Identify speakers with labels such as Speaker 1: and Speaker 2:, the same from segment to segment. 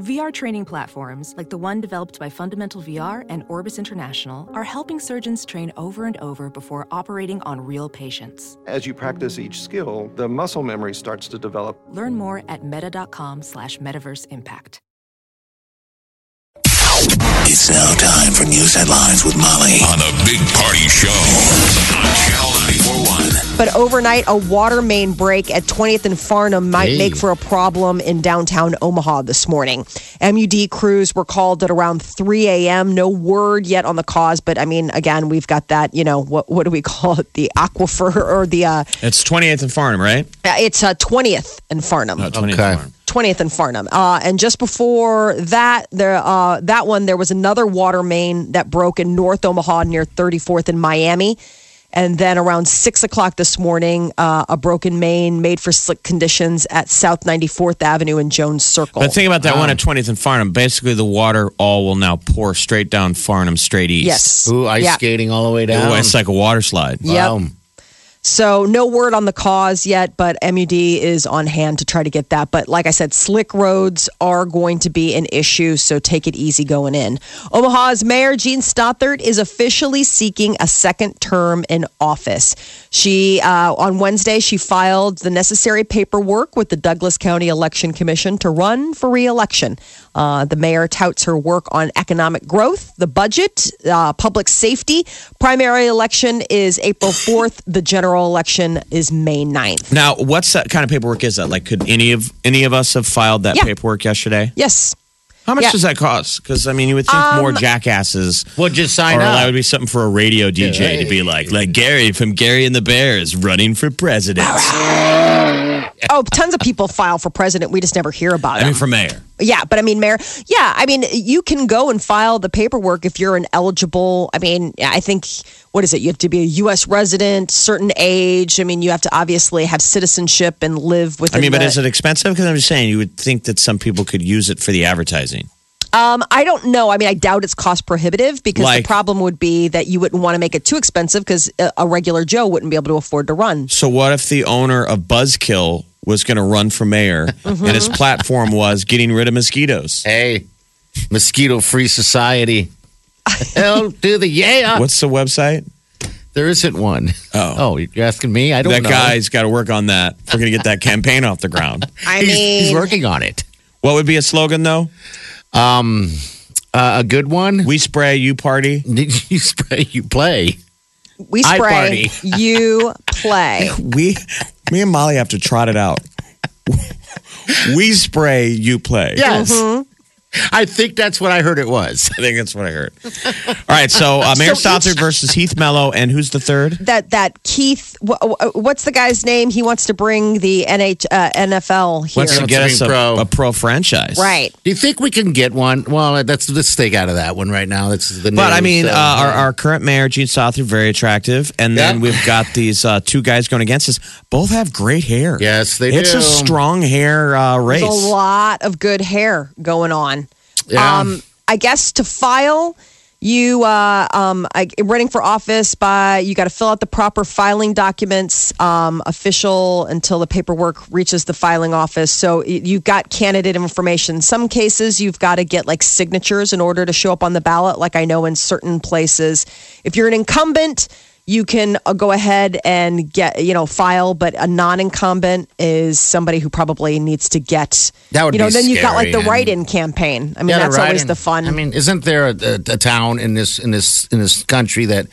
Speaker 1: VR training platforms, like the one developed by Fundamental VR and Orbis International, are helping surgeons train over and over before operating on real patients.
Speaker 2: As you practice each skill, the muscle memory starts to develop.
Speaker 1: Learn more at meta.com slash metaverse impact.
Speaker 3: It's now time for news headlines with Molly on the Big Party Show on Channel 941.
Speaker 4: But overnight, a water main break at 20th and Farnham might
Speaker 5: Hey.
Speaker 4: make for a problem in downtown Omaha this morning. MUD crews were called at around 3 a.m. No word yet on the cause, but I mean, again, we've got that, you know, what, what do we call it? The aquifer or the, uh,
Speaker 6: It's 28th and Farnham, right?
Speaker 4: it's uh, 20th and Farnham.
Speaker 6: No, 28th
Speaker 5: Okay.
Speaker 6: and Farnham.
Speaker 4: 20th and Farnham. Uh, and just before that, there uh, that one there was another water main that broke in North Omaha near 34th and Miami. And then around six o'clock this morning, uh, a broken main made for slick conditions at South 94th Avenue and Jones Circle.
Speaker 6: But think about that one at 20th and Farnham. Basically, the water all will now pour straight down Farnham, straight east.
Speaker 4: yes.
Speaker 5: Ooh, ice
Speaker 4: Yeah.
Speaker 5: skating all the way down.
Speaker 6: Ooh, it's like a water slide.
Speaker 4: Yep.
Speaker 5: Wow.
Speaker 4: So no word on the cause yet, but MUD is on hand to try to get that. But like I said, slick roads are going to be an issue, so take it easy going in. Omaha's mayor Jean Stothert is officially seeking a second term in office. She uh, on Wednesday she filed the necessary paperwork with the Douglas County Election Commission to run for reelection. Uh, the mayor touts her work on economic growth, the budget, uh, public safety. Primary election is April 4th. The general election is May 9th.
Speaker 6: Now, what's that kind of paperwork is that? Like, could any of any of us have filed that
Speaker 4: Yeah.
Speaker 6: paperwork yesterday?
Speaker 4: Yes.
Speaker 6: How much
Speaker 4: Yeah. Um,
Speaker 6: does that cost? Because I mean, you would think more jackasses.
Speaker 5: Well, just sign
Speaker 6: Or
Speaker 5: up.
Speaker 6: that would be something for a radio DJ to be like, like Gary from Gary and the Bears running for president.
Speaker 4: Oh, tons of people file for president. We just never hear about
Speaker 6: I mean,
Speaker 4: it.
Speaker 6: for mayor.
Speaker 4: Yeah, but I mean, mayor. Yeah, I mean, you can go and file the paperwork if you're an eligible. I mean, I think what is it? You have to be a U.S. resident, certain age. I mean, you have to obviously have citizenship and live within.
Speaker 6: I mean, but
Speaker 4: the-
Speaker 6: is it expensive? Because I'm just saying, you would think that some people could use it for the advertising.
Speaker 4: Um, I don't know. I mean, I doubt it's cost prohibitive because
Speaker 6: Like-
Speaker 4: the problem would be that you wouldn't want to make it too expensive because a, a regular Joe wouldn't be able to afford to run.
Speaker 6: So what if the owner of Buzzkill was going to run for mayor
Speaker 5: Mm-hmm.
Speaker 6: and his platform was getting rid of mosquitoes?
Speaker 5: hey, mosquito free society. Hell to the yeah.
Speaker 6: What's the website?
Speaker 5: There isn't one.
Speaker 6: Oh.
Speaker 5: Oh, you're asking me? I don't
Speaker 6: That
Speaker 5: know.
Speaker 6: guy's got to work on that. We're going to get that campaign off the ground.
Speaker 4: I
Speaker 5: He's, he's
Speaker 4: mean,
Speaker 5: working on it.
Speaker 6: What would be a slogan though?
Speaker 5: Uh, a good one?
Speaker 6: We spray, you party.
Speaker 5: You spray, you play.
Speaker 4: we
Speaker 5: I
Speaker 4: spray,
Speaker 5: party.
Speaker 4: you play.
Speaker 6: We, me and Molly have to trot it out. we spray, you play.
Speaker 5: Yes.
Speaker 4: Mm-hmm.
Speaker 5: Mm-hmm. I think that's what I heard it was.
Speaker 6: I think that's what I heard. All right, so uh, Mayor
Speaker 4: So
Speaker 6: Stothard versus Heath Mello, and who's the third?
Speaker 4: That that Keith, wh- wh- what's the guy's name? He wants to bring the NH, uh, NFL here.
Speaker 6: Wants to get us a
Speaker 5: Pro.
Speaker 6: a pro franchise,
Speaker 4: right.
Speaker 5: Do you think we can get one? Well, that's let's stay out of that one right now. That's the.
Speaker 6: But I
Speaker 5: news,
Speaker 6: mean,
Speaker 5: so-
Speaker 6: uh, our, our current mayor, Gene Stothard, very attractive. And then
Speaker 5: Yeah.
Speaker 6: we've got these uh, two guys going against us. Both have great hair.
Speaker 5: Yes, they
Speaker 6: it's
Speaker 5: do.
Speaker 6: It's a strong hair uh, race.
Speaker 4: There's a lot of good hair going on.
Speaker 5: Yeah.
Speaker 4: Um, I guess to file, you uh, um, I, running for office by you got to fill out the proper filing documents, um, official until the paperwork reaches the filing office. So y- you've got candidate information. Some cases you've got to get like signatures in order to show up on the ballot. Like I know in certain places, if you're an incumbent. You can uh, go ahead and get, you know, file, but a non-incumbent is somebody who probably needs to get,
Speaker 5: That would
Speaker 4: you know,
Speaker 5: be
Speaker 4: then you've got like the
Speaker 5: scary, and-
Speaker 4: write-in campaign. I mean,
Speaker 5: Yeah,
Speaker 4: that's
Speaker 5: they're
Speaker 4: always
Speaker 5: riding.
Speaker 4: the fun.
Speaker 5: I mean, isn't there a, a, a town in this in this in this country that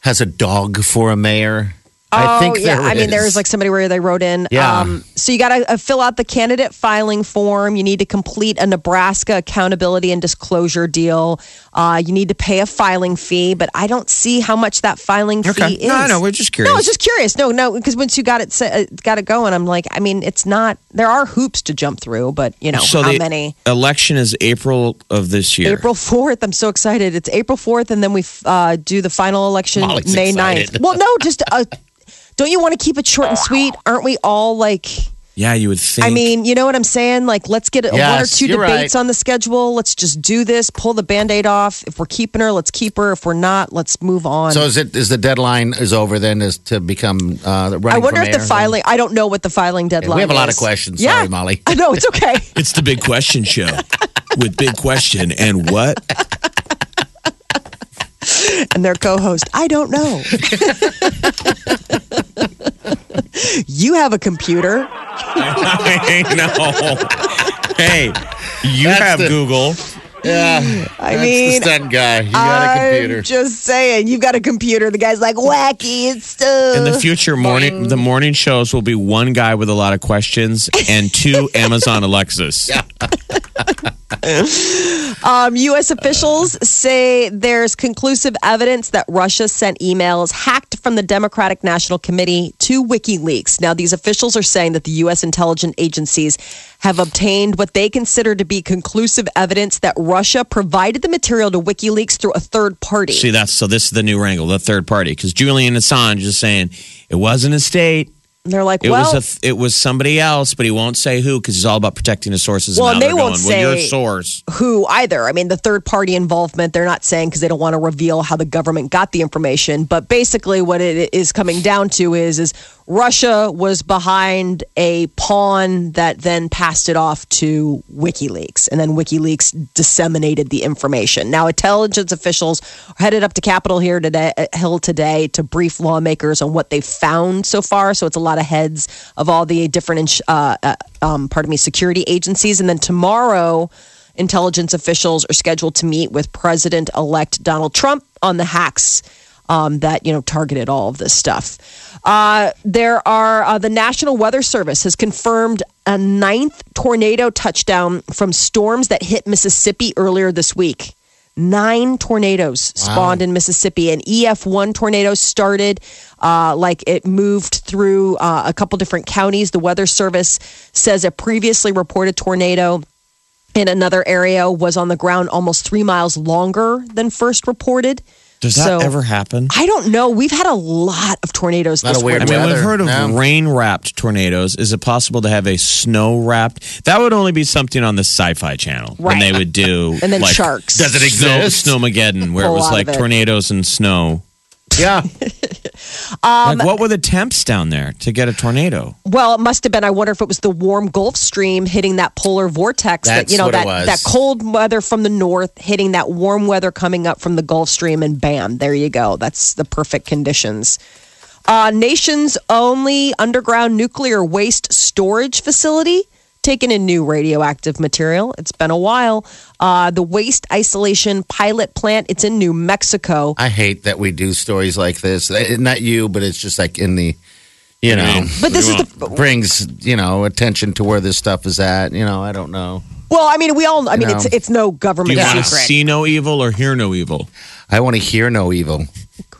Speaker 5: has a dog for a mayor? I think
Speaker 4: Oh, yeah.
Speaker 5: there
Speaker 4: I mean,
Speaker 5: is.
Speaker 4: there's like somebody where they wrote in.
Speaker 5: Yeah.
Speaker 4: so you got to uh, fill out the candidate filing form. You need to complete a Nebraska accountability and disclosure deal. Uh, you need to pay a filing fee, but I don't see how much that filing
Speaker 6: Okay.
Speaker 4: fee is.
Speaker 6: No, I know. We're just curious.
Speaker 4: No, I was just curious. No, no, because once you got it se- uh, got it going, I'm like, I mean, it's not. There are hoops to jump through, but you know,
Speaker 6: so
Speaker 4: how
Speaker 6: the
Speaker 4: many?
Speaker 6: election is April of this year.
Speaker 4: April 4th. I'm so excited. It's April 4th, and then we uh, do the final election
Speaker 5: Molly's
Speaker 4: May
Speaker 5: excited.
Speaker 4: 9th. Well, no, just uh, don't you want to keep it short and sweet? Aren't we all like,
Speaker 6: Yeah, you would think.
Speaker 4: I mean, you know what I'm saying? Like, let's get one or
Speaker 5: Yes,
Speaker 4: two
Speaker 5: you're
Speaker 4: debates
Speaker 5: right.
Speaker 4: on the schedule. Let's just do this, pull the band aid off. If we're keeping her, let's keep her. If we're not, let's move on.
Speaker 5: So is it is the deadline is over then is to become uh, running?
Speaker 4: I wonder
Speaker 5: for
Speaker 4: if the
Speaker 5: mayor?
Speaker 4: filing, I don't know what the filing deadline is.
Speaker 5: We have a lot of questions.
Speaker 4: Yeah.
Speaker 5: Sorry, Molly.
Speaker 4: I know, it's okay.
Speaker 6: it's the big question show. with big question and what?
Speaker 4: and their co-host. I don't know. you have a computer.
Speaker 6: I know. Hey, you
Speaker 5: That's
Speaker 6: have
Speaker 5: the-
Speaker 6: Google.
Speaker 5: Yeah.
Speaker 4: I
Speaker 5: That's
Speaker 4: mean,
Speaker 5: the stunt guy. You got a computer.
Speaker 4: I'm just saying, you've got a computer. The guy's like wacky and stuff.
Speaker 6: In the future, morning the morning shows will be one guy with a lot of questions and two Amazon Alexas.
Speaker 4: Um, U.S. officials say there's conclusive evidence that Russia sent emails hacked from the Democratic National Committee to WikiLeaks. Now, these officials are saying that the U.S. intelligence agencies have obtained what they consider to be conclusive evidence that Russia provided the material to WikiLeaks through a third party.
Speaker 6: See, that's so. This is the new wrangle, the third party, because Julian Assange is saying it wasn't a state.
Speaker 4: And they're like,
Speaker 6: It
Speaker 4: well,
Speaker 6: was a, it was somebody else, but he won't say who because he's all about protecting his sources.
Speaker 4: Well,
Speaker 6: and
Speaker 4: and
Speaker 6: now
Speaker 4: they
Speaker 6: they're
Speaker 4: won't
Speaker 6: going, Well, your
Speaker 4: say-
Speaker 6: source.
Speaker 4: who either. I mean, the third party involvement, they're not saying because they don't want to reveal how the government got the information. But basically, what it is coming down to is, is Russia was behind a pawn that then passed it off to WikiLeaks. And then WikiLeaks disseminated the information. Now, intelligence officials headed up to Capitol here today, uh, Hill today to brief lawmakers on what they found so far. So it's a lot of heads of all the different, ins- uh, uh, um, pardon me, security agencies. And then tomorrow, Intelligence officials are scheduled to meet with President-elect Donald Trump on the hacks um, that you know targeted all of this stuff. Uh, there are uh, the National Weather Service has confirmed a ninth tornado touchdown from storms that hit Mississippi earlier this week. Nine tornadoes spawned in Mississippi. An EF1 tornado started, uh, like it moved through uh, a couple different counties. The Weather Service says a previously reported tornado in another area was on the ground almost three miles longer than first reported.
Speaker 6: Does that
Speaker 4: So-
Speaker 6: ever happen?
Speaker 4: I don't know. We've had a lot of tornadoes
Speaker 5: Lot
Speaker 4: this
Speaker 5: of weird
Speaker 6: I
Speaker 4: winter.
Speaker 6: mean, we've
Speaker 5: Weather,
Speaker 6: heard of
Speaker 5: no.
Speaker 6: rain wrapped tornadoes. Is it possible to have a snow wrapped? That would only be something on the Sci Fi Channel when
Speaker 4: Right.
Speaker 6: they would do.
Speaker 4: And then
Speaker 6: like,
Speaker 4: sharks.
Speaker 5: Does it
Speaker 6: Snow,
Speaker 5: exist?
Speaker 6: Snowmageddon, where
Speaker 4: A
Speaker 6: it was
Speaker 4: lot
Speaker 6: like
Speaker 4: of it.
Speaker 6: tornadoes and snow.
Speaker 5: Yeah.
Speaker 4: Um,
Speaker 6: like, what were the temps down there to get a tornado?
Speaker 4: Well, it must have been. I wonder if it was the warm Gulf Stream hitting that polar vortex. that
Speaker 5: That's
Speaker 4: you know
Speaker 5: what
Speaker 4: that
Speaker 5: it was.
Speaker 4: that cold weather from the north hitting that warm weather coming up from the Gulf Stream, and bam, there you go. That's the perfect conditions. Uh, nation's only underground nuclear waste storage facility taking in new radioactive material. It's been a while. Uh, the waste isolation pilot plant. It's in New Mexico.
Speaker 5: I hate that we do stories like this. Eh, Not you, but it's just like in the, you know,
Speaker 6: Um,
Speaker 4: But this is the
Speaker 5: brings, you know, attention to where this stuff is at. You know, I don't know.
Speaker 4: well. I mean, we all. I mean,
Speaker 5: You know.
Speaker 4: it's it's no
Speaker 6: Do
Speaker 4: government
Speaker 6: you want to
Speaker 4: secret.
Speaker 6: see no evil or hear no evil?
Speaker 5: I want to hear no evil.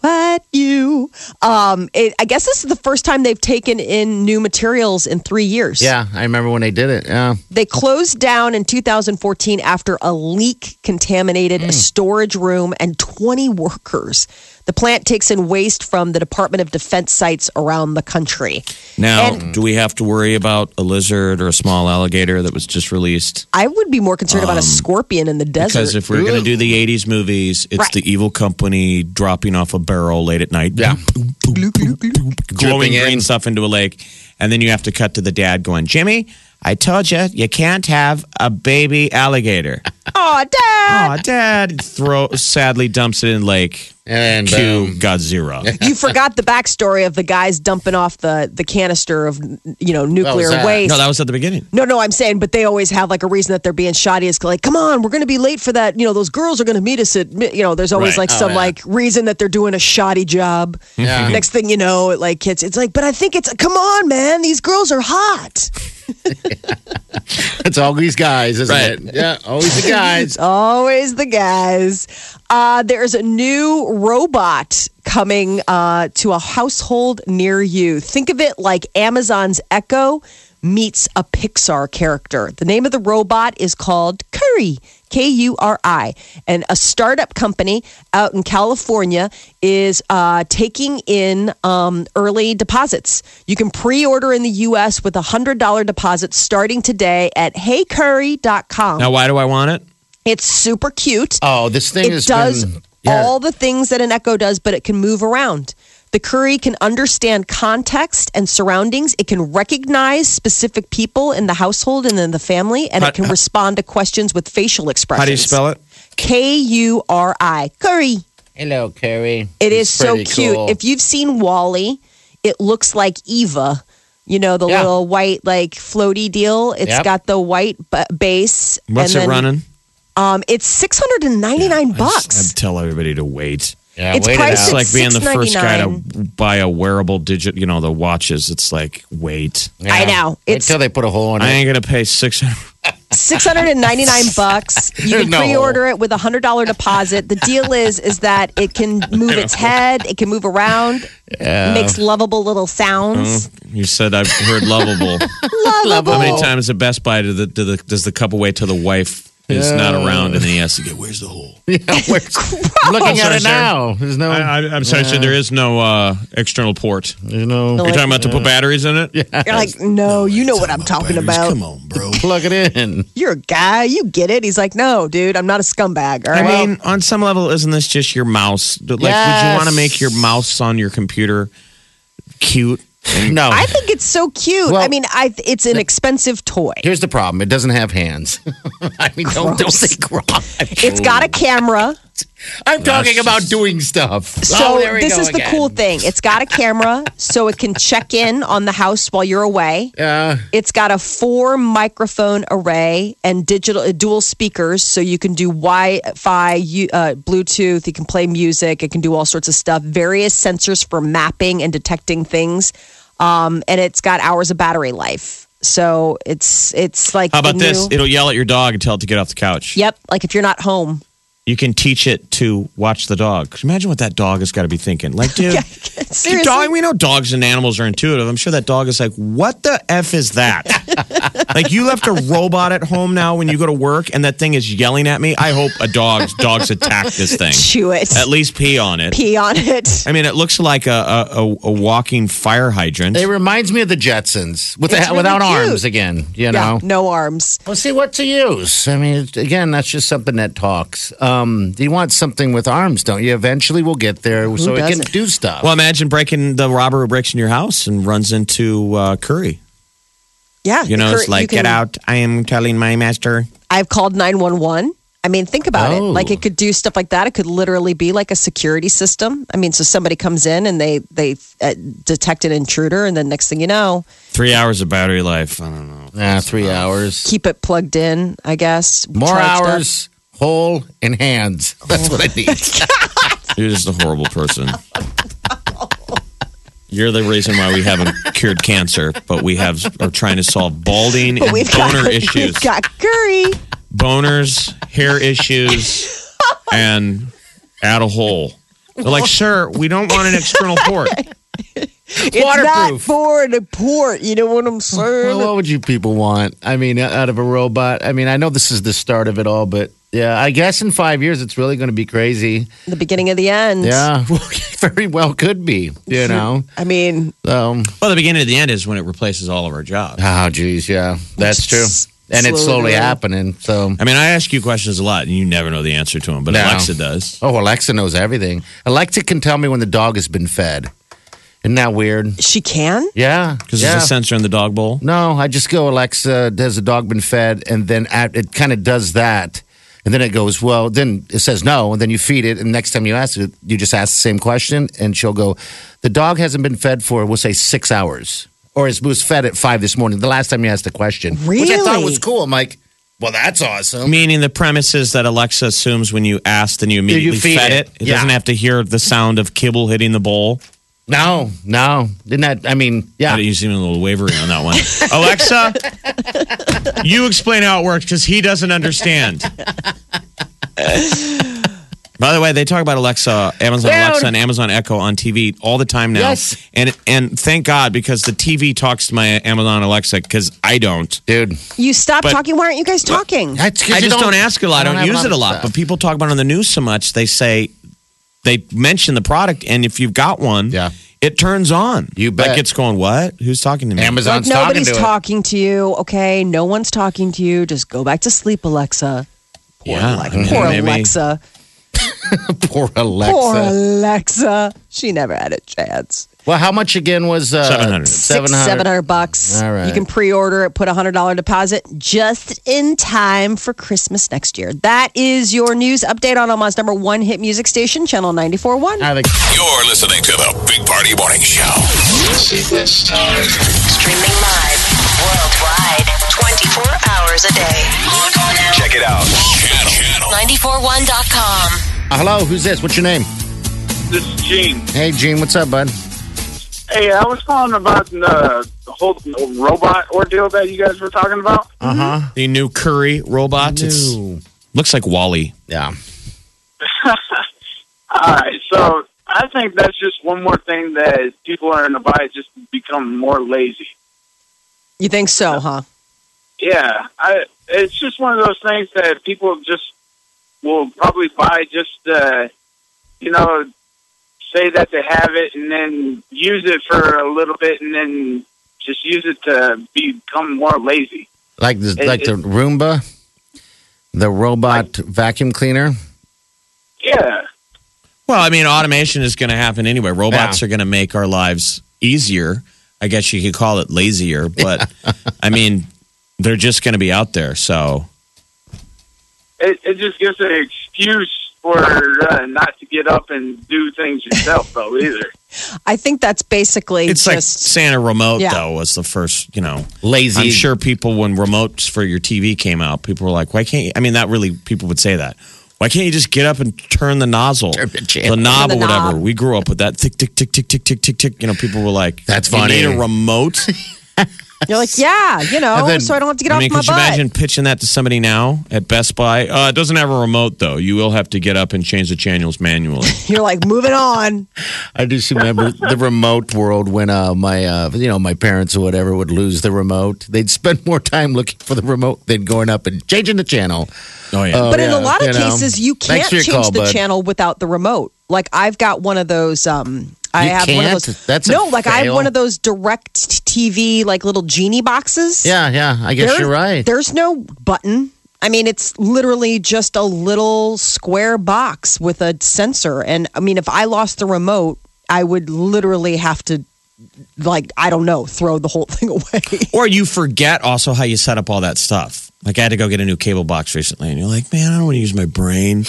Speaker 4: But you. Um, it, I guess this is the first time they've taken in new materials in three years.
Speaker 5: Yeah, I remember when they did it. Yeah.
Speaker 4: They closed down in 2014 after a leak contaminated
Speaker 6: Mm.
Speaker 4: a storage room and 20 workers. The plant takes in waste from the Department of Defense sites around the country.
Speaker 6: Now, do we have to worry about a lizard or a small alligator that was just released?
Speaker 4: I would be more concerned about a scorpion in the desert.
Speaker 6: Um, Because if we're going to do the 80s movies, it's
Speaker 4: Right.
Speaker 6: the evil company dropping off a barrel late at night.
Speaker 5: Yeah.
Speaker 6: Boom, boom, boom, boom, boom, glowing
Speaker 5: Dripping in.
Speaker 6: green stuff into a lake. And then you have to cut to the dad going, Jimmy, I told you, you can't have a baby alligator.
Speaker 4: oh, Dad!
Speaker 6: Aw, dad throw, sadly dumps it in lake.
Speaker 5: And
Speaker 6: Cue
Speaker 5: um,
Speaker 6: Godzilla.
Speaker 4: You forgot the backstory of the guys dumping off the, the canister of you know nuclear
Speaker 5: that?
Speaker 4: waste.
Speaker 6: No, that was at the beginning.
Speaker 4: No, no, I'm saying, but they always have like a reason that they're being shoddy. Is like, come on, we're going to be late for that. You know, those girls are going to meet us at. mi-" You know, there's always
Speaker 5: Right.
Speaker 4: like
Speaker 5: Oh,
Speaker 4: some
Speaker 5: yeah.
Speaker 4: like reason that they're doing a shoddy job.
Speaker 5: Yeah.
Speaker 4: Next thing you know, it like hits. It's like, but I think it's come on, man. These girls are hot.
Speaker 5: it's all these guys, isn't
Speaker 6: Right.
Speaker 5: it? Yeah, always the guys.
Speaker 4: It's always the guys. Uh, there's a new robot coming uh, to a household near you. Think of it like Amazon's Echo meets a Pixar character. The name of the robot is called Curry. K U R I. And a startup company out in California is uh, taking in um, early deposits. You can pre order in the U.S. with a $100 deposit starting today at heycurry.com.
Speaker 6: Now, why do I want it?
Speaker 4: It's super cute.
Speaker 5: Oh, this thing
Speaker 4: it
Speaker 5: is
Speaker 4: does
Speaker 5: been, yeah.
Speaker 4: all the things that an Echo does, but it can move around. The curry can understand context and surroundings. It can recognize specific people in the household and in the family, and
Speaker 6: How-
Speaker 4: it can respond to questions with facial expressions.
Speaker 6: How do you spell it?
Speaker 4: K U R I curry.
Speaker 5: Hello, Curry.
Speaker 4: It is
Speaker 5: It's
Speaker 4: so
Speaker 5: pretty
Speaker 4: cute.
Speaker 5: cool.
Speaker 4: If you've seen Wally, it looks like Eva. You know the
Speaker 5: Yeah.
Speaker 4: little white like floaty deal. It's
Speaker 5: Yep.
Speaker 4: got the white b- base. and
Speaker 6: What's it
Speaker 4: then,
Speaker 6: running?
Speaker 4: Um, it's six hundred and ninety nine bucks.
Speaker 6: I'd tell everybody to wait.
Speaker 5: yeah,
Speaker 4: it's
Speaker 5: wait it
Speaker 4: priced
Speaker 6: It's
Speaker 5: out.
Speaker 4: at-
Speaker 6: like being the first guy to
Speaker 4: $6.99.
Speaker 6: buy a wearable digit, you know, the watches. It's like, wait.
Speaker 5: Yeah.
Speaker 4: I know.
Speaker 5: Wait
Speaker 4: It's-
Speaker 5: till they put a hole in
Speaker 6: I
Speaker 5: it.
Speaker 6: ain't going to pay 600
Speaker 4: Six hundred and ninety nine bucks. You can
Speaker 5: No.
Speaker 4: pre-order it with a hundred dollar deposit. The deal is is that it can move its head. It can move around. It makes lovable little sounds.
Speaker 5: Mm-hmm.
Speaker 6: You said I've heard lovable.
Speaker 4: Lovable.
Speaker 6: How many times at Best Buy do the, do the, does the couple wait till the wife is not around and then he has to get, where's the hole?
Speaker 5: Yeah, we're- I'm looking at
Speaker 6: Sorry,
Speaker 5: it
Speaker 6: sir.
Speaker 5: now. There's no.
Speaker 6: I, I, I'm sorry, sir, there is no uh, external port.
Speaker 5: there's no.
Speaker 6: You're talking about to put batteries in it? Yeah.
Speaker 4: You're like, no, you know what I'm talking about.
Speaker 3: Come on, bro.
Speaker 5: Plug it in.
Speaker 4: You're a guy, you get it. He's like, no, dude, I'm not a scumbag. All
Speaker 6: I
Speaker 4: right.
Speaker 6: mean, on some level, isn't this just your mouse? Like, would you
Speaker 5: Yes.
Speaker 6: want to make your mouse on your computer cute?
Speaker 5: No.
Speaker 4: I think it's so cute.
Speaker 5: Well-
Speaker 4: I mean, I it's an expensive toy.
Speaker 5: Here's the problem. It doesn't have hands. I mean, don't, don't
Speaker 4: Gross.
Speaker 5: think wrong.
Speaker 4: It's got a camera.
Speaker 5: I'm talking about doing stuff.
Speaker 4: So
Speaker 5: Oh, there we
Speaker 4: this
Speaker 5: go
Speaker 4: is the
Speaker 5: again.
Speaker 4: cool thing. It's got a camera so it can check in on the house while you're away.
Speaker 5: Yeah.
Speaker 4: It's got a four microphone array and digital uh, dual speakers, so you can do Wi-Fi, you- uh, Bluetooth. You can play music. It can do all sorts of stuff. Various sensors for mapping and detecting things, um, and it's got hours of battery life. So it's it's like
Speaker 6: How about
Speaker 4: the
Speaker 6: this?
Speaker 4: new-
Speaker 6: It'll yell at your dog and tell it to get off the couch.
Speaker 4: yep, like if you're not home.
Speaker 6: You can teach it to watch the dog. 'Cause Imagine what that dog has got to be thinking. Like, dude,
Speaker 4: Yeah,
Speaker 6: your
Speaker 4: seriously.
Speaker 6: dog, we know dogs and animals are intuitive. I'm sure that dog is like, what the F is that? like, you left a robot at home now when you go to work and that thing is yelling at me. I hope a dog's dogs attack this thing.
Speaker 4: chew it,
Speaker 6: At least pee on it.
Speaker 4: pee on it.
Speaker 6: I mean, it looks like a, a, a, a walking fire hydrant.
Speaker 5: It reminds me of the Jetsons with the,
Speaker 4: It's really
Speaker 5: without
Speaker 4: cute.
Speaker 5: arms again.
Speaker 4: Yeah,
Speaker 5: You know.
Speaker 4: no arms.
Speaker 5: Well, see what to use. I mean, it- again, that's just something that talks. Um, you want something with arms, don't you? Eventually, we'll get there, so it can
Speaker 4: doesn't?
Speaker 5: do stuff.
Speaker 6: well, imagine breaking the robber who breaks in your house and runs into uh, Curry.
Speaker 4: Yeah,
Speaker 6: You know,
Speaker 4: the
Speaker 6: it's
Speaker 4: cur-
Speaker 6: like,
Speaker 4: can-
Speaker 6: get out. I am telling my master.
Speaker 4: I've called 911. I mean, think about it.
Speaker 5: Oh.
Speaker 4: Like it could do stuff like that. It could literally be like a security system. I mean, so somebody comes in and they they uh, detect an intruder, and then next thing you know,
Speaker 6: Three hours of battery life. I don't know.
Speaker 5: yeah, three hours,
Speaker 4: keep it plugged in. I guess
Speaker 5: more
Speaker 4: Charged up.
Speaker 5: hours, hole and hands. That's what I need.
Speaker 6: You're just a horrible person. You're the reason why we haven't cured cancer, but we have are trying to solve balding and
Speaker 4: We've got
Speaker 6: boner issues,
Speaker 4: We've got curry.
Speaker 6: boners, hair issues, and add a hole. They're like, sir, we don't want an external port.
Speaker 4: It's not for the port. You know what I'm saying?
Speaker 5: Well, what would you people want? I mean, out of a robot. I mean, I know this is the start of it all, but yeah, I guess in five years it's really going to be crazy.
Speaker 4: the beginning of the end.
Speaker 5: Yeah, very well could be. You know,
Speaker 4: I mean,
Speaker 5: so
Speaker 6: Well, the beginning of the end is when it replaces all of our jobs.
Speaker 5: oh geez, yeah, that's true, and it's
Speaker 4: Slowly.
Speaker 5: slowly happening. So.
Speaker 6: I mean, I ask you questions a lot, and you never know the answer to them, but
Speaker 5: No.
Speaker 6: Alexa does.
Speaker 5: Oh, Alexa knows everything. Alexa can tell me when the dog has been fed. Isn't that weird?
Speaker 4: she can.
Speaker 5: Yeah.
Speaker 6: Because
Speaker 5: yeah.
Speaker 6: there's a sensor in the dog bowl.
Speaker 5: No, I just go, Alexa, has the dog been fed? And then at, it kind of does that. And then it goes, well, then it says no. And then you feed it. And next time you ask it, you just ask the same question. And she'll go, the dog hasn't been fed for, we'll say, six hours. Or it was fed at five this morning, the last time you asked the question. Which I thought
Speaker 4: Really?
Speaker 5: was cool. I'm like, well, that's awesome.
Speaker 6: Meaning the premise is that Alexa assumes when you ask, then you immediately
Speaker 5: feed
Speaker 6: fed
Speaker 5: it.
Speaker 6: it. It
Speaker 5: Yeah.
Speaker 6: doesn't have to hear the sound of kibble hitting the bowl.
Speaker 5: No, no. Didn't that, I mean, yeah.
Speaker 6: I didn't use even a little wavering on that one. Alexa, you explain how it works because he doesn't understand. By the way, they talk about Alexa, Amazon
Speaker 5: Dude.
Speaker 6: Alexa, and Amazon Echo on TV all the time now.
Speaker 5: Yes.
Speaker 6: And and thank God because the TV talks to my Amazon Alexa because I don't.
Speaker 5: Dude.
Speaker 4: You stop
Speaker 6: But-
Speaker 4: talking. Why aren't you guys talking?
Speaker 5: That's 'cause
Speaker 6: I
Speaker 5: you
Speaker 6: just don't, ask it a lot. I don't,
Speaker 5: have
Speaker 6: use it a
Speaker 5: of
Speaker 6: lot.
Speaker 5: stuff.
Speaker 6: But people talk about it on the news so much, they say they mention the product, and if you've got one,
Speaker 5: Yeah.
Speaker 6: it turns on.
Speaker 5: You bet.
Speaker 6: Like it's going, what? Who's talking to me?
Speaker 5: Amazon's
Speaker 4: like
Speaker 5: talking
Speaker 4: nobody's
Speaker 5: to it.
Speaker 4: talking to you. Okay, no one's talking to you. Just go back to sleep, Alexa. Poor
Speaker 6: Yeah,
Speaker 5: Mm-hmm.
Speaker 4: Alexa.
Speaker 6: I mean,
Speaker 4: Poor
Speaker 6: maybe.
Speaker 4: Alexa.
Speaker 5: Poor Alexa.
Speaker 4: Poor Alexa. She never had a chance.
Speaker 5: Well, how much again was uh,
Speaker 6: 700.
Speaker 4: Six,
Speaker 5: 700.
Speaker 4: seven hundred bucks.
Speaker 5: All right.
Speaker 4: You can pre-order it, put a hundred dollar deposit just in time for Christmas next year. That is your news update on Omaha's number one hit music station, Channel 94.1.
Speaker 5: I think-
Speaker 3: You're listening to the Big Party Morning Show.
Speaker 7: Streaming live worldwide 24 hours a day. Log on now.
Speaker 3: Check it out. Channel. Channel.
Speaker 7: 941.com.
Speaker 5: Uh, hello, who's this? What's your name?
Speaker 8: This is Gene.
Speaker 5: Hey, Gene, what's up, bud?
Speaker 8: Hey, I was calling about uh, the whole robot ordeal that you guys were talking about.
Speaker 6: The new Curry robot. It's looks like Wally.
Speaker 5: Yeah.
Speaker 8: All right, so I think that's just one more thing that people are in the body just become more lazy.
Speaker 4: You think so, huh?
Speaker 8: Yeah, I, it's just one of those things that people just will probably buy just uh, you know say that they have it and then use it for a little bit and then just use it to become more lazy.
Speaker 5: Like the,
Speaker 8: It-
Speaker 5: like the Roomba, the robot vacuum cleaner.
Speaker 8: Yeah.
Speaker 6: Well, I mean, automation is going to happen anyway. Robots
Speaker 5: Yeah.
Speaker 6: are going to make our lives easier. I guess you could call it lazier, but I mean, they're just going to be out there. So
Speaker 8: it, it just gives an excuse for uh, not to get up and do things yourself, though, either.
Speaker 4: I think that's basically
Speaker 6: it's like
Speaker 4: just
Speaker 6: Santa Remote,
Speaker 4: Yeah.
Speaker 6: though, was the first, you know.
Speaker 5: Lazy.
Speaker 6: I'm sure people, when remotes for your TV came out, people were like, why can't you? I mean, that really, people would say that. Why can't you just get up and turn the nozzle,
Speaker 5: Turn the channel.
Speaker 6: the knob
Speaker 4: Turn the
Speaker 6: or whatever?
Speaker 4: knob.
Speaker 6: We grew up with that tick, tick, tick, tick, tick, tick, tick, tick. You know, people were like,
Speaker 5: That's
Speaker 6: "You need
Speaker 5: funny.
Speaker 6: a remote.
Speaker 4: you're like, yeah, you know,
Speaker 5: And then-
Speaker 4: so I don't have to get
Speaker 6: I
Speaker 4: off
Speaker 6: mean,
Speaker 4: my
Speaker 6: could
Speaker 4: butt.
Speaker 6: you imagine pitching that to somebody now at Best Buy? Uh, it doesn't have a remote though. You will have to get up and change the channels manually.
Speaker 4: You're like, moving on.
Speaker 5: I do see- remember the remote world when uh, my uh, you know my parents or whatever would lose the remote. They'd spend more time looking for the remote than going up and changing the channel.
Speaker 6: oh yeah.
Speaker 5: Oh,
Speaker 4: But in
Speaker 5: yeah,
Speaker 4: a lot of
Speaker 5: you know.
Speaker 4: cases, you can't
Speaker 5: Thanks for your
Speaker 4: change
Speaker 5: call,
Speaker 4: the
Speaker 5: bud.
Speaker 4: channel without the remote. Like I've got one of those. Um, I
Speaker 5: You
Speaker 4: have one of
Speaker 5: can't?
Speaker 4: those.
Speaker 5: That's a
Speaker 4: no, like I have
Speaker 5: fail.
Speaker 4: one of those direct TV, like little genie boxes.
Speaker 5: Yeah, yeah. I guess
Speaker 4: There-
Speaker 5: you're right.
Speaker 4: There's no button. I mean, it's literally just a little square box with a sensor. And I mean, if I lost the remote, I would literally have to, like, I don't know, throw the whole thing away.
Speaker 6: Or you forget also how you set up all that stuff. Like I had to go get a new cable box recently, and you're like, man, I don't want to use my brain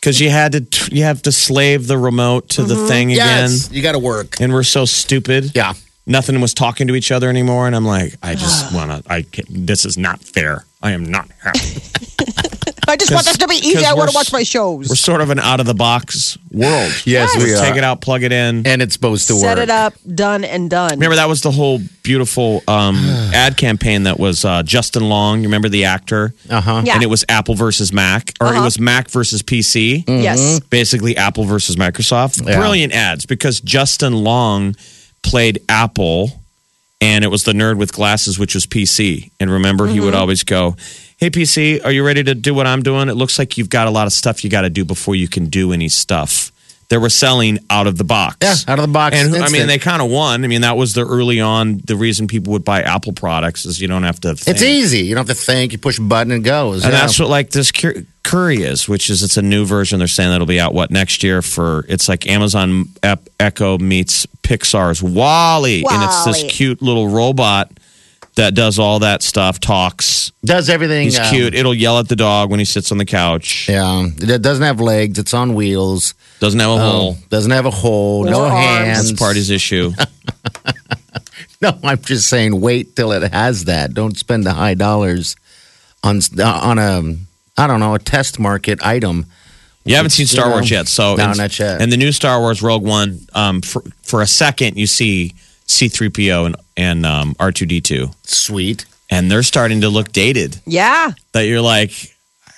Speaker 6: because you had to you have to slave the remote to the thing again,
Speaker 5: Mm-hmm. yes, you got to work.
Speaker 6: and we're so stupid.
Speaker 5: Yeah.
Speaker 6: Nothing was talking to each other anymore, and I'm like, I just wanna. I can't- this is not fair. I am not happy.
Speaker 4: I just want this to be easy.
Speaker 6: 'cause
Speaker 4: I want to
Speaker 6: we're
Speaker 4: watch
Speaker 6: s-
Speaker 4: my shows.
Speaker 6: We're sort of an out of the box world.
Speaker 5: Yes, we are.
Speaker 6: Take it out, plug it in.
Speaker 5: And it's supposed to work.
Speaker 4: Set it up, done and done.
Speaker 6: Remember that was the whole beautiful um, ad campaign that was uh, Justin Long. You remember the actor? Uh huh.
Speaker 5: Uh-huh.
Speaker 4: Yeah.
Speaker 6: And it was Apple versus Mac, or it was Mac versus PC.
Speaker 5: Mm-hmm.
Speaker 4: Yes.
Speaker 6: Basically, Apple versus Microsoft.
Speaker 5: Yeah.
Speaker 6: Brilliant ads because Justin Long played Apple, and it was the nerd with glasses, which was PC. And remember, he would always go. Hey PC, are you ready to do what I'm doing? It looks like you've got a lot of stuff you got to do before you can do any stuff. They were selling out of the box.
Speaker 5: Yeah, out of the box.
Speaker 6: And who- I mean,
Speaker 5: instant.
Speaker 6: they kind of won. I mean, that was the early on the reason people would buy Apple products is you don't have to. Think.
Speaker 5: It's easy. You don't have to think. You push a button and it goes.
Speaker 6: and
Speaker 5: Yeah.
Speaker 6: that's what like this Cur- Curry is, which is it's a new version. They're saying that'll be out what next year for it's like Amazon Ep- Echo meets Pixar's Wally, and it's this
Speaker 4: Wall-E.
Speaker 6: cute little robot that does all that stuff, talks.
Speaker 5: does everything.
Speaker 6: He's
Speaker 5: um,
Speaker 6: cute. It'll yell at the dog when he sits on the couch.
Speaker 5: Yeah, it doesn't have legs. It's on wheels.
Speaker 6: Doesn't have a hole.
Speaker 5: Oh, doesn't have a hole. No
Speaker 4: Or arms.
Speaker 5: hands.
Speaker 6: That's part of his issue.
Speaker 5: No, I'm just saying, wait till it has that. Don't spend the high dollars on uh, on a I don't know a test market item.
Speaker 6: You haven't seen Star
Speaker 5: You know,
Speaker 6: Wars yet, so
Speaker 5: no,
Speaker 6: and-
Speaker 5: not yet.
Speaker 6: And the new Star Wars Rogue One, um, for, for a second, you see C three PO and and um, R two D two,
Speaker 5: Sweet.
Speaker 6: and they're starting to look dated.
Speaker 4: Yeah.
Speaker 6: That you're like,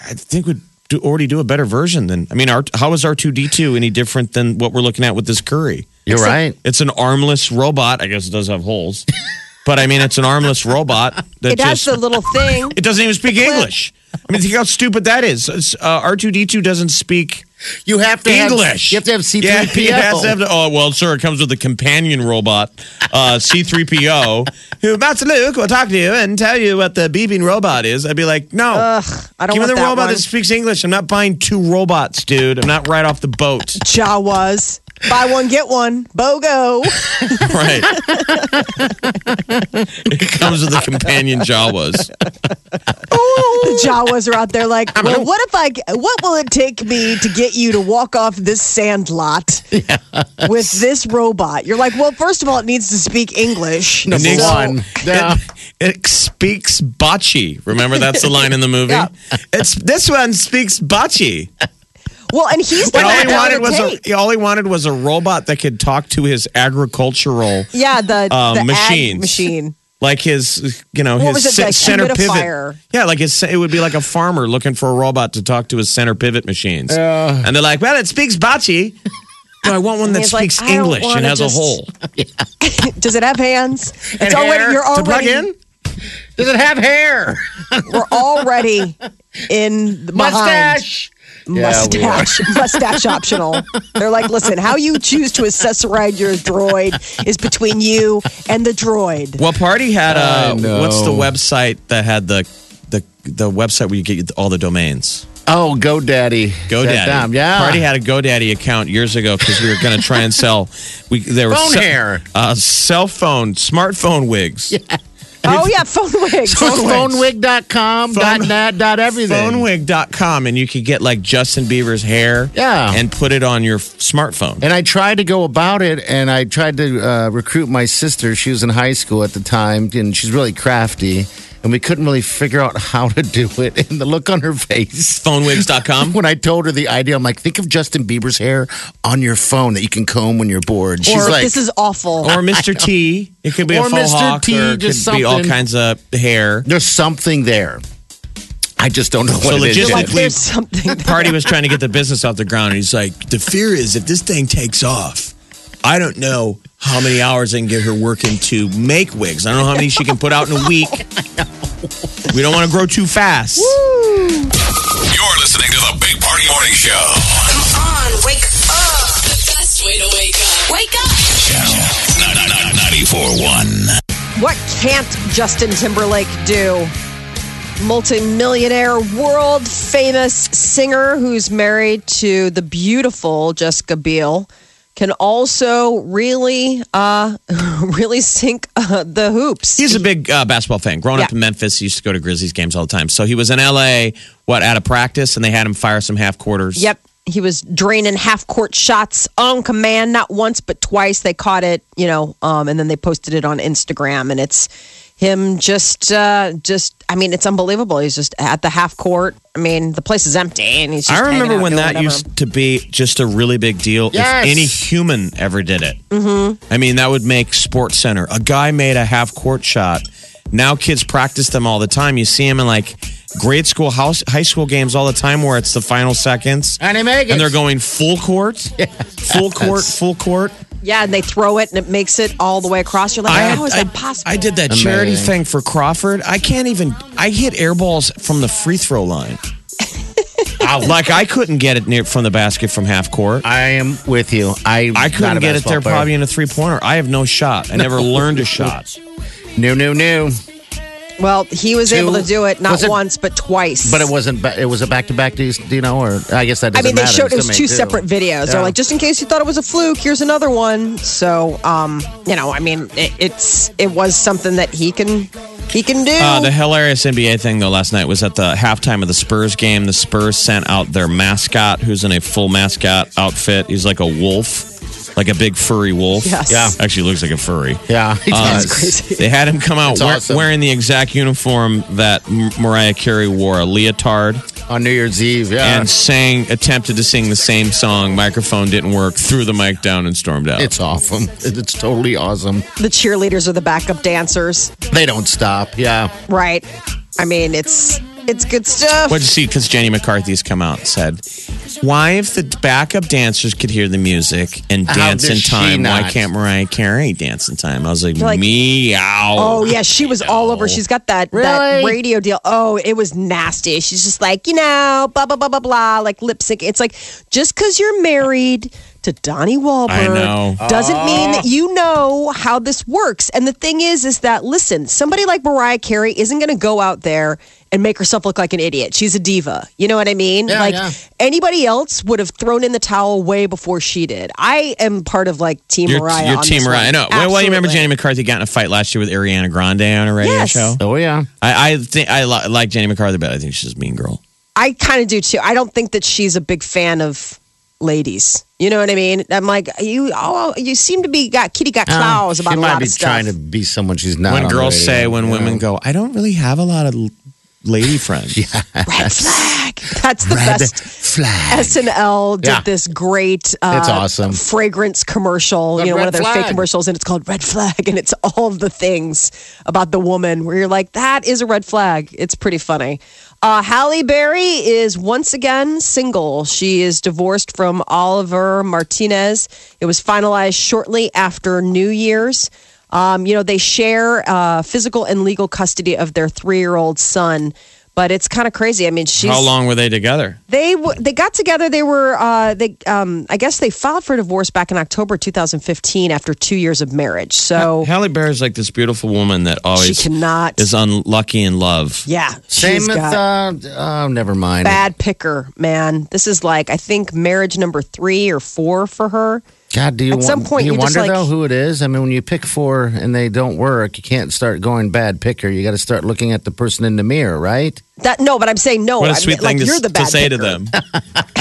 Speaker 6: I think would do, already do a better version than. I mean, R, how is R two D two any different than what we're looking at with this Curry?
Speaker 5: You're right.
Speaker 6: It's an armless robot. I guess it does have holes, but I mean, it's an armless robot that
Speaker 4: It has
Speaker 6: just
Speaker 4: the little thing.
Speaker 6: uh, it doesn't even speak English. I mean, think how stupid that is. R two D two doesn't speak
Speaker 5: You have to have-
Speaker 6: English.
Speaker 5: you have to have C three P
Speaker 6: Yeah, it has to have
Speaker 5: O.
Speaker 6: the- oh, well, sir, it comes with a companion robot, uh, C3PO, who, Master Luke, will talk to you and tell you what the beeping robot is. I'd be like, no.
Speaker 4: I don't
Speaker 6: Give me
Speaker 4: want
Speaker 6: the
Speaker 4: that
Speaker 6: robot
Speaker 4: one.
Speaker 6: that speaks English. I'm not buying two robots, dude. I'm not right off the boat.
Speaker 4: Jawas. Buy one, get one. BOGO.
Speaker 6: right. it comes with the companion Jawas.
Speaker 4: The Jawas are out there like, well, what if I, what will it take me to get you to walk off this sand lot with this robot? You're like, well, first of all, it needs to speak English.
Speaker 5: Number
Speaker 6: Nick's-
Speaker 5: one. Yeah.
Speaker 6: It, it speaks bocce. Remember that's the line in the movie.
Speaker 4: Yeah.
Speaker 6: It's this one speaks bocce.
Speaker 4: Well, and he's the
Speaker 6: And
Speaker 4: one
Speaker 6: all he
Speaker 4: that
Speaker 6: wanted
Speaker 4: would
Speaker 6: was
Speaker 4: take.
Speaker 6: a all he wanted was a robot that could talk to his agricultural,
Speaker 4: yeah, the,
Speaker 6: Uh,
Speaker 4: the ag
Speaker 6: machines.
Speaker 4: machine.
Speaker 6: like his you know
Speaker 4: What was
Speaker 6: his
Speaker 4: it,
Speaker 6: ce-
Speaker 4: the
Speaker 6: center
Speaker 4: humidifier?
Speaker 6: pivot. Yeah, like his, it would be like a farmer looking for a robot to talk to his center pivot machines. and they're like, well, it speaks bocce. No, I want one that
Speaker 4: he's like,
Speaker 6: speaks
Speaker 4: "I don't
Speaker 6: English and
Speaker 4: wanna
Speaker 6: has
Speaker 4: just-
Speaker 6: a hole.
Speaker 4: Does it have hands? It's
Speaker 6: And
Speaker 4: already
Speaker 6: hair
Speaker 4: you're
Speaker 6: to plug
Speaker 4: already
Speaker 6: in?
Speaker 5: Does it have hair?
Speaker 4: we're already in the behind.
Speaker 5: Mustache. we are.
Speaker 4: mustache mustache optional. They're like, listen, how you choose to accessorize your droid is between you and the droid.
Speaker 6: Well, Party had
Speaker 5: I
Speaker 6: uh,
Speaker 5: know.
Speaker 6: what's the website that had the the the website where you get all the domains?
Speaker 5: Oh, GoDaddy. Dot com.
Speaker 6: GoDaddy.
Speaker 5: Yeah.
Speaker 6: Party had a GoDaddy account years ago because we were going to try and sell. We there were
Speaker 5: Phone
Speaker 6: se-
Speaker 5: hair.
Speaker 6: uh, cell phone, smartphone wigs.
Speaker 4: Oh yeah, phone wigs.
Speaker 5: Phonewig.com, dot
Speaker 6: Phone-
Speaker 5: net, dot everything.
Speaker 6: Phonewig.com, and you could get like Justin Bieber's hair
Speaker 5: Yeah.
Speaker 6: and put it on your f- smartphone.
Speaker 5: And I tried to go about it, and I tried to uh, recruit my sister. She was in high school at the time, and she's really crafty. And we couldn't really figure out how to do it. And the look on her face
Speaker 6: Phonewigs.com.
Speaker 5: when I told her the idea, I'm like, think of Justin Bieber's hair on your phone that you can comb when you're bored. She's
Speaker 4: Or
Speaker 5: like,
Speaker 4: this is awful.
Speaker 6: or Mr. T. It could be
Speaker 5: Or
Speaker 6: a faux
Speaker 5: Mr.
Speaker 6: hawk,
Speaker 5: T,
Speaker 6: or it could
Speaker 5: just
Speaker 6: be all
Speaker 5: something.
Speaker 6: kinds of hair.
Speaker 5: there's something there. I just don't know what
Speaker 6: So
Speaker 5: it
Speaker 6: logistically-
Speaker 5: is yet.
Speaker 4: like there's something.
Speaker 6: Party was trying to get the business off the ground, and he's like, "The fear is if this thing takes off, I don't know how many hours I can get her working to make wigs. I don't know how many she can put out in a week. We don't want to grow too fast."
Speaker 3: You're listening to the Big Party Morning Show.
Speaker 7: Come on, wake up.
Speaker 9: The best way to wake up.
Speaker 7: Wake up.
Speaker 3: Channel 941.
Speaker 4: What can't Justin Timberlake do? Multimillionaire, world famous singer who's married to the beautiful Jessica Biel can also really, uh, really sink uh, the hoops.
Speaker 6: He's a big uh, basketball fan. Growing up
Speaker 4: Yeah.
Speaker 6: in Memphis, he used to go to Grizzlies games all the time. So he was in LA, what, out of practice, and they had him fire some half quarters.
Speaker 4: Yep. He was draining half court shots on command, not once, but twice. They caught it, you know, um, and then they posted it on Instagram. And it's him just, uh, just, I mean, it's unbelievable. He's just at the half court. I mean, the place is empty. And he's just
Speaker 6: I
Speaker 4: hanging
Speaker 6: remember
Speaker 4: out
Speaker 6: when
Speaker 4: doing
Speaker 6: that
Speaker 4: whatever.
Speaker 6: used to be just a really big deal.
Speaker 5: Yes.
Speaker 6: If any human ever did it, mm-hmm. I mean, that would make Sports Center. A guy made a half court shot. Now kids practice them all the time. You see them in like grade school, house, high school games all the time, where it's the final seconds,
Speaker 5: And they make it.
Speaker 6: and they're going full court, full court, full court.
Speaker 4: Yeah. And they throw it and it makes it all the way across. You're like, how is that possible?
Speaker 6: I did that charity
Speaker 5: Amazing.
Speaker 6: thing for Crawford. I can't even. I hit air balls from the free throw line. like I couldn't get it near from the basket from half court. I,
Speaker 5: I am with you. I not
Speaker 6: couldn't
Speaker 5: a
Speaker 6: get it there
Speaker 5: basketball
Speaker 6: probably
Speaker 5: player.
Speaker 6: in a three pointer. I have no shot. I never learned a shot.
Speaker 5: New, new, new.
Speaker 4: well, he was able
Speaker 5: Two-
Speaker 4: to do it not
Speaker 5: was it-
Speaker 4: once, but twice.
Speaker 5: But it wasn't. ba- It was a back to back. Do you do you know? Or I guess that.
Speaker 4: I
Speaker 5: Doesn't
Speaker 4: mean, they
Speaker 5: matter.
Speaker 4: showed it was
Speaker 5: It's the
Speaker 4: two
Speaker 5: main
Speaker 4: separate videos. They're
Speaker 5: Yeah.
Speaker 4: like, just in case you thought it was a fluke, here's another one. So, um, you know, I mean, it, it's it was something that he can he can do.
Speaker 6: Uh, the hilarious NBA thing though last night was at the halftime of the Spurs game. The Spurs sent out their mascot, who's in a full mascot outfit. He's like a wolf, like a big furry wolf.
Speaker 4: Yes.
Speaker 5: Yeah.
Speaker 6: actually looks like a furry.
Speaker 5: Yeah, he
Speaker 6: Uh,
Speaker 5: does.
Speaker 6: They had him come out
Speaker 5: That's
Speaker 6: wear-
Speaker 5: awesome.
Speaker 6: wearing the exact uniform that M- Mariah Carey wore, a leotard,
Speaker 5: on New Year's Eve. Yeah,
Speaker 6: and sang, attempted to sing the same song. Microphone didn't work, threw the mic down, and stormed out.
Speaker 5: it's awesome. It's totally awesome.
Speaker 4: the cheerleaders are the backup dancers,
Speaker 5: They don't stop. Yeah,
Speaker 4: right? I mean, it's it's good stuff.
Speaker 6: What'd you see? Because Jenny McCarthy's come out and said, Why, if the backup dancers could hear the music and
Speaker 5: How
Speaker 6: dance in
Speaker 5: does she
Speaker 6: time, why
Speaker 5: not?
Speaker 6: can't Mariah Carey dance in time? I was like,
Speaker 4: like-
Speaker 6: meow.
Speaker 4: Oh yeah, she was all over. She's got that that
Speaker 5: Really?
Speaker 4: radio deal. Oh, it was nasty. She's just like you know, blah blah blah blah blah, like lip sync. It's like just because you're married to Donnie
Speaker 6: I
Speaker 4: Wahlberg
Speaker 6: know. Oh.
Speaker 4: doesn't mean that you know how this works. And the thing is, is that listen, somebody like Mariah Carey isn't going to go out there and make herself look like an idiot. She's a diva. You know what I mean?
Speaker 5: Yeah,
Speaker 4: like
Speaker 5: yeah.
Speaker 4: anybody else would have thrown in the towel way before she did. I am part of like Team
Speaker 6: Your,
Speaker 4: Mariah.
Speaker 6: your
Speaker 4: on
Speaker 6: team,
Speaker 4: this
Speaker 6: Mariah. I
Speaker 4: one.
Speaker 6: know. Well, well, you remember
Speaker 4: Absolutely.
Speaker 6: Jenny McCarthy got in a fight last year with Ariana Grande on a radio
Speaker 4: Yes.
Speaker 6: show?
Speaker 5: Oh yeah.
Speaker 6: I, I think I li- like Jenny McCarthy, but I think she's a mean girl.
Speaker 4: I kind of do too. I don't think that she's a big fan of ladies. You know what I mean? I'm like, you oh, you seem to be got kitty got claws about
Speaker 5: Oh, she
Speaker 4: a
Speaker 5: might
Speaker 4: lot
Speaker 5: be
Speaker 4: of stuff.
Speaker 5: trying to be someone she's not.
Speaker 6: when
Speaker 5: on the
Speaker 6: girls
Speaker 5: radio.
Speaker 6: say, when
Speaker 5: Yeah.
Speaker 6: women go, I don't really have a lot of l- lady friends.
Speaker 4: Red flag. That's the
Speaker 5: Red
Speaker 4: best.
Speaker 5: flag.
Speaker 4: SNL did
Speaker 5: Yeah.
Speaker 4: this great uh,
Speaker 5: That's awesome.
Speaker 4: fragrance commercial,
Speaker 5: The
Speaker 4: you know, one of
Speaker 5: red
Speaker 4: their fake
Speaker 5: flag.
Speaker 4: commercials, and it's called Red Flag, and it's all of the things about the woman where you're like, that is a red flag. It's pretty funny. Uh, Halle Berry is once again single. She is divorced from Oliver Martinez. It was finalized shortly after New Year's. Um, you know, they share uh, physical and legal custody of their three year old son. But it's kind of crazy. I mean, she's
Speaker 6: How long were they together?
Speaker 4: they w- they got together. They were uh, they um, I guess they filed for divorce back in October 2015 after two years of marriage. So
Speaker 6: Halle Berry is like this beautiful woman that
Speaker 4: she
Speaker 6: always
Speaker 4: cannot.
Speaker 6: is unlucky in love.
Speaker 4: yeah,
Speaker 5: Same
Speaker 4: she's
Speaker 5: with
Speaker 4: got
Speaker 5: uh, oh, never mind.
Speaker 4: bad picker, man. This is like I think marriage number three or four for her.
Speaker 5: God, do you
Speaker 4: At
Speaker 5: want,
Speaker 4: some point,
Speaker 5: do you,
Speaker 4: you just,
Speaker 5: wonder
Speaker 4: like-
Speaker 5: though who it is? I mean, when you pick four and they don't work, you can't start going bad picker. You got to start looking at the person in the mirror, right?
Speaker 4: That no, but I'm saying no.
Speaker 6: What a
Speaker 4: I'm-
Speaker 6: sweet
Speaker 4: like
Speaker 6: thing to,
Speaker 4: you're the
Speaker 6: to
Speaker 4: bad
Speaker 6: say to
Speaker 4: picker.
Speaker 6: them.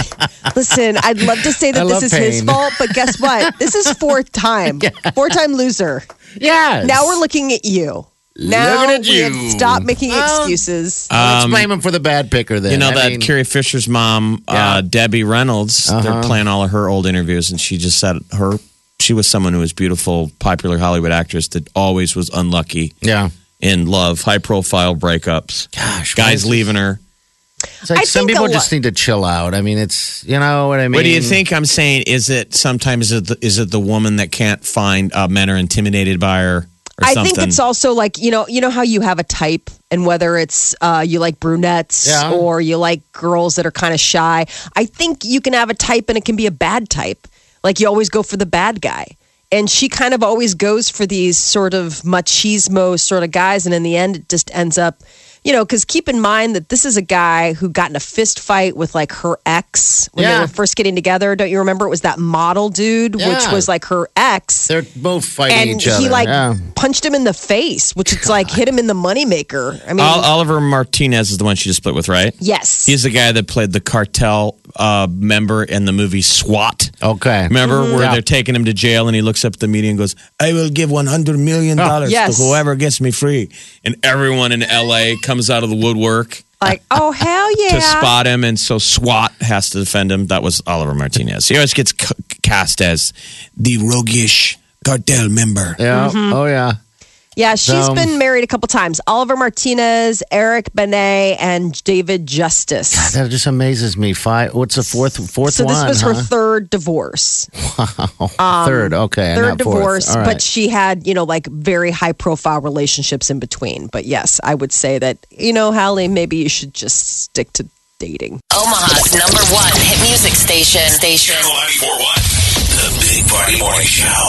Speaker 4: Listen, I'd love to say
Speaker 5: I
Speaker 4: that this
Speaker 5: love
Speaker 4: is his
Speaker 5: pain.
Speaker 4: fault, but guess what? This is fourth time, four time loser.
Speaker 5: Yeah.
Speaker 4: Now we're looking at you. Now
Speaker 5: Looking at
Speaker 4: we have
Speaker 5: you. Um,
Speaker 4: stop making
Speaker 5: Well,
Speaker 4: excuses.
Speaker 6: Uh,
Speaker 5: Let's blame him for the bad picker. Then
Speaker 6: You know
Speaker 5: I
Speaker 6: that
Speaker 5: mean,
Speaker 6: Carrie Fisher's mom, uh,
Speaker 5: Yeah. Uh-huh.
Speaker 6: Debbie Reynolds. They're playing all of her old interviews, and she just said her she was someone who was beautiful, popular Hollywood actress that always was unlucky
Speaker 5: Yeah.
Speaker 6: in love, high profile breakups,
Speaker 5: Gosh,
Speaker 6: guys
Speaker 5: what-
Speaker 6: leaving her.
Speaker 5: It's like
Speaker 4: I
Speaker 5: some
Speaker 4: think a
Speaker 5: people
Speaker 4: lot-
Speaker 5: just need to chill out. I mean, it's you know what I mean.
Speaker 6: what do you think? I'm saying is it sometimes is it the, is it the woman that can't find uh, men are intimidated by her or
Speaker 4: I
Speaker 6: something?
Speaker 4: think it's also like you know you know how you have a type and whether it's uh, you like brunettes
Speaker 5: Yeah.
Speaker 4: or you like girls that are kind of shy. I think you can have a type and it can be a bad type. Like you always go for the bad guy. And she kind of always goes for these sort of machismo sort of guys. And in the end, it just ends up, you know, because keep in mind that this is a guy who got in a fist fight with like her ex when they
Speaker 5: Yeah.
Speaker 4: were first getting together. Don't you remember? It was that model dude, which
Speaker 5: Yeah.
Speaker 4: was like her ex
Speaker 5: They're both fighting
Speaker 4: and
Speaker 5: each other.
Speaker 4: he like
Speaker 5: yeah.
Speaker 4: punched him in the face, which it's like hit him in the moneymaker. I mean,
Speaker 6: Ol- Oliver Martinez is the one she just split with, right?
Speaker 4: yes,
Speaker 6: He's the guy that played the cartel uh, member in the movie SWAT.
Speaker 5: Okay.
Speaker 6: Remember
Speaker 4: Mm-hmm.
Speaker 6: where
Speaker 5: Yeah.
Speaker 6: they're taking him to jail and he looks up at the media and goes, I will give $100 million
Speaker 5: Oh,
Speaker 4: yes.
Speaker 6: to whoever gets me free. And everyone in LA comes out of the woodwork
Speaker 4: like oh hell yeah,
Speaker 6: to spot him. And so SWAT has to defend him. That was Oliver Martinez. He always gets c- cast as the roguish cartel member.
Speaker 5: Yeah.
Speaker 4: Mm-hmm.
Speaker 5: Oh yeah.
Speaker 4: yeah. She's
Speaker 5: Um,
Speaker 4: been married a couple times: Oliver Martinez, Eric Benet, and David Justice.
Speaker 5: That just amazes me. Five. What's the fourth? Fourth
Speaker 4: So
Speaker 5: one.
Speaker 4: this was her
Speaker 5: huh?
Speaker 4: third divorce.
Speaker 5: third. Okay.
Speaker 4: third
Speaker 5: not fourth.
Speaker 4: divorce,
Speaker 5: All
Speaker 4: but
Speaker 5: right.
Speaker 4: she had, you know, like very high profile relationships in between. But yes, I would say that, you know, Hallie, maybe you should just stick to dating.
Speaker 9: Omaha's number one hit music station. Station.
Speaker 3: Channel 941. The Big Party Morning Show.